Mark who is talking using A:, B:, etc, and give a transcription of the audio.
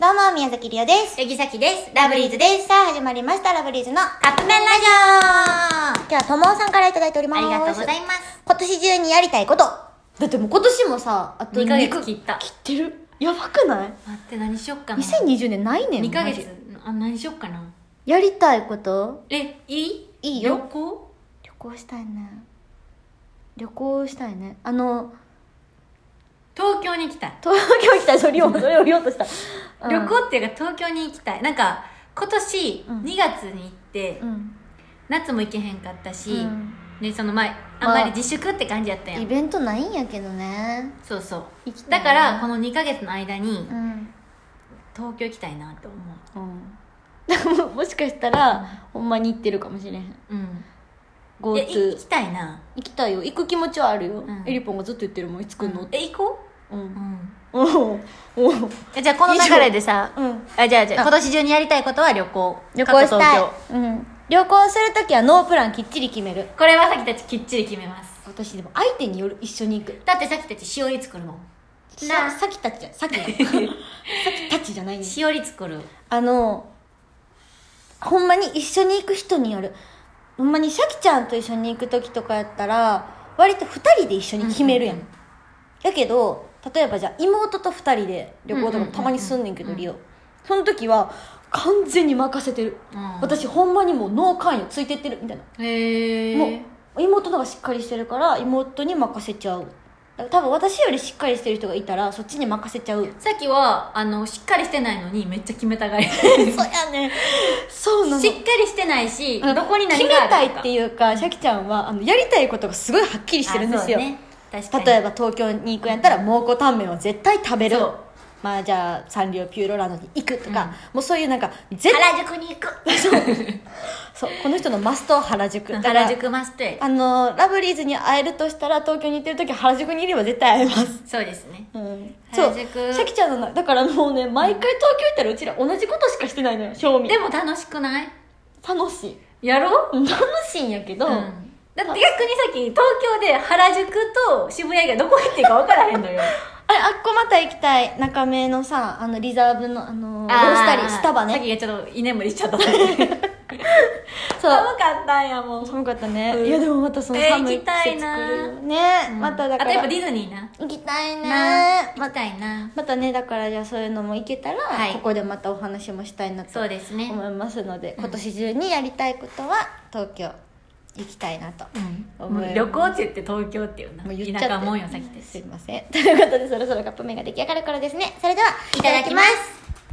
A: どうも、宮崎りおです。
B: 柳崎です。
A: ラブリーズです。さあ、始まりました、ラブリーズの。
B: カップ麺ラジ
A: 今日はともおさんからいただいており
B: オ
A: ま
B: あ
A: す。
B: りがとうございます。
A: 今年中にやりたいこと。だってもう今年もさ、あと
B: 2ヶ
A: 二
B: 月切った。
A: 切ってる。やばくない
B: 待って、何しよっかな。
A: ?2020 年ないねん。
B: 2ヶ
A: マ
B: 月
A: ジ。
B: あ、何しよっかな。
A: やりたいこと
B: え、いい
A: いいよ
B: 旅行
A: 旅行したいね。旅行したいね。あの、
B: 東京に行きたい。
A: 東京来たそ れを、それを言おうとした。
B: 旅行っていうか東京に行きたい。なんか、今年
A: うん
B: 2月に行って、
A: うん。
B: 夏も行けへんかったし、
A: うん
B: で、その前、あんまり自粛って感じやったや
A: イ
B: ん。
A: ベントないんやけどね。
B: そうそう。
A: 行きたい
B: だから、この2ヶ月の間に
A: う、ん。
B: 東京行きたいなと思う。
A: うん。 もしかしたら、ほんまに行ってるかもしれへん。
B: うん。いや、い
A: GoTo
B: 行きたいな。
A: 行きたいよ行く気持ちはあるよ、
B: うん
A: エリポンがずっと言ってるもんいつ来んのって
B: え、行こ
A: うんう
B: ううんん。
A: おうおう
B: じゃあこの流れでさ、
A: うん
B: あじゃあじゃあ
A: あ
B: 今年中にやりたいことは旅行
A: 旅行し
B: 過去
A: たい
B: 東京、
A: うん、旅行するときはノープランきっちり決める
B: これはさきたちきっちり決めます
A: 私でも相手による一緒に行く
B: だってさきたちしおり作るもん
A: さ
B: な
A: さきたちじゃさきさ きたちじゃないね
B: しおり作る
A: あのほんまに一緒に行く人によるほんまにシャキちゃんと一緒に行く時とかやったら割と2人で一緒に決めるやん、
B: うんうん
A: やけど例えばじゃあ妹と2人で旅行とかもたまにすんねんけど、リオその時は完全に任せてる、
B: うん
A: 私ほんまにもう脳関与ついてってるみたいな、
B: へ
A: もう妹の方がしっかりしてるから妹に任せちゃうだから多分私よりしっかりしてる人がいたらそっちに任せちゃ う
B: さきはあのしっかりしてないのにめっちゃ決めたがりし
A: そうやねそうなの
B: っかりしてないし
A: あの
B: どこに何
A: 決
B: があ
A: め
B: るか
A: たいっていうかシャキちゃんはあのやりたいことがすごいはっきりしてるんですよ、
B: あそうね確かに
A: 例え
B: ば
A: ば東京に行くんやったら蒙古タンメンを絶対食べる
B: そう
A: まあじゃあサンリオピューロランドに行くとか、
B: うん
A: もうそういうなんか絶
B: 原宿に行く
A: そうこの人のマストは原 宿だから
B: 原宿マストや
A: あのラブリーズに会えるとしたら東京に行ってる時原宿にいれば絶対会えます
B: そうですね
A: うん、そう
B: 原宿
A: シャキちゃんのなだからもうね毎回東京行ったらうちら同じことしかしてないのよ賞味
B: でも楽しくない
A: 楽しい
B: やろ
A: 楽しいんやけど、
B: うんだって逆にさっき東京で原宿と渋谷以外どこ行っていいか分からへん のよ
A: あれあっこまた行きたい中目のさあのリザーブのあのロ
B: あー
A: ースタリースタバ
B: さっき
A: ね
B: がちょっと居眠りしちゃった
A: そう
B: 寒かったんやもん
A: 寒かったね、
B: うん
A: いやでもまたその
B: えー
A: 寒い
B: 行きたいな
A: 季節来るよね、
B: うん
A: まただか
B: あとやっ
A: ら
B: ぱディズニーな
A: 行きたい
B: な
A: ね
B: 行
A: ま
B: きたいな
A: またねだからじゃあそういうのも行けたら、
B: はい
A: ここでまたお話もしたいなと
B: そうですね
A: 思いますので
B: うん
A: 今年中にやりたいことは東京行きたいなと、
B: うんもう旅行って言って東京っていうな
A: もう言っちゃって
B: 田舎もんよさっきで す
A: すいませんということでそろそろカップ麺が出来上がる頃ですねそれではい
B: いただきます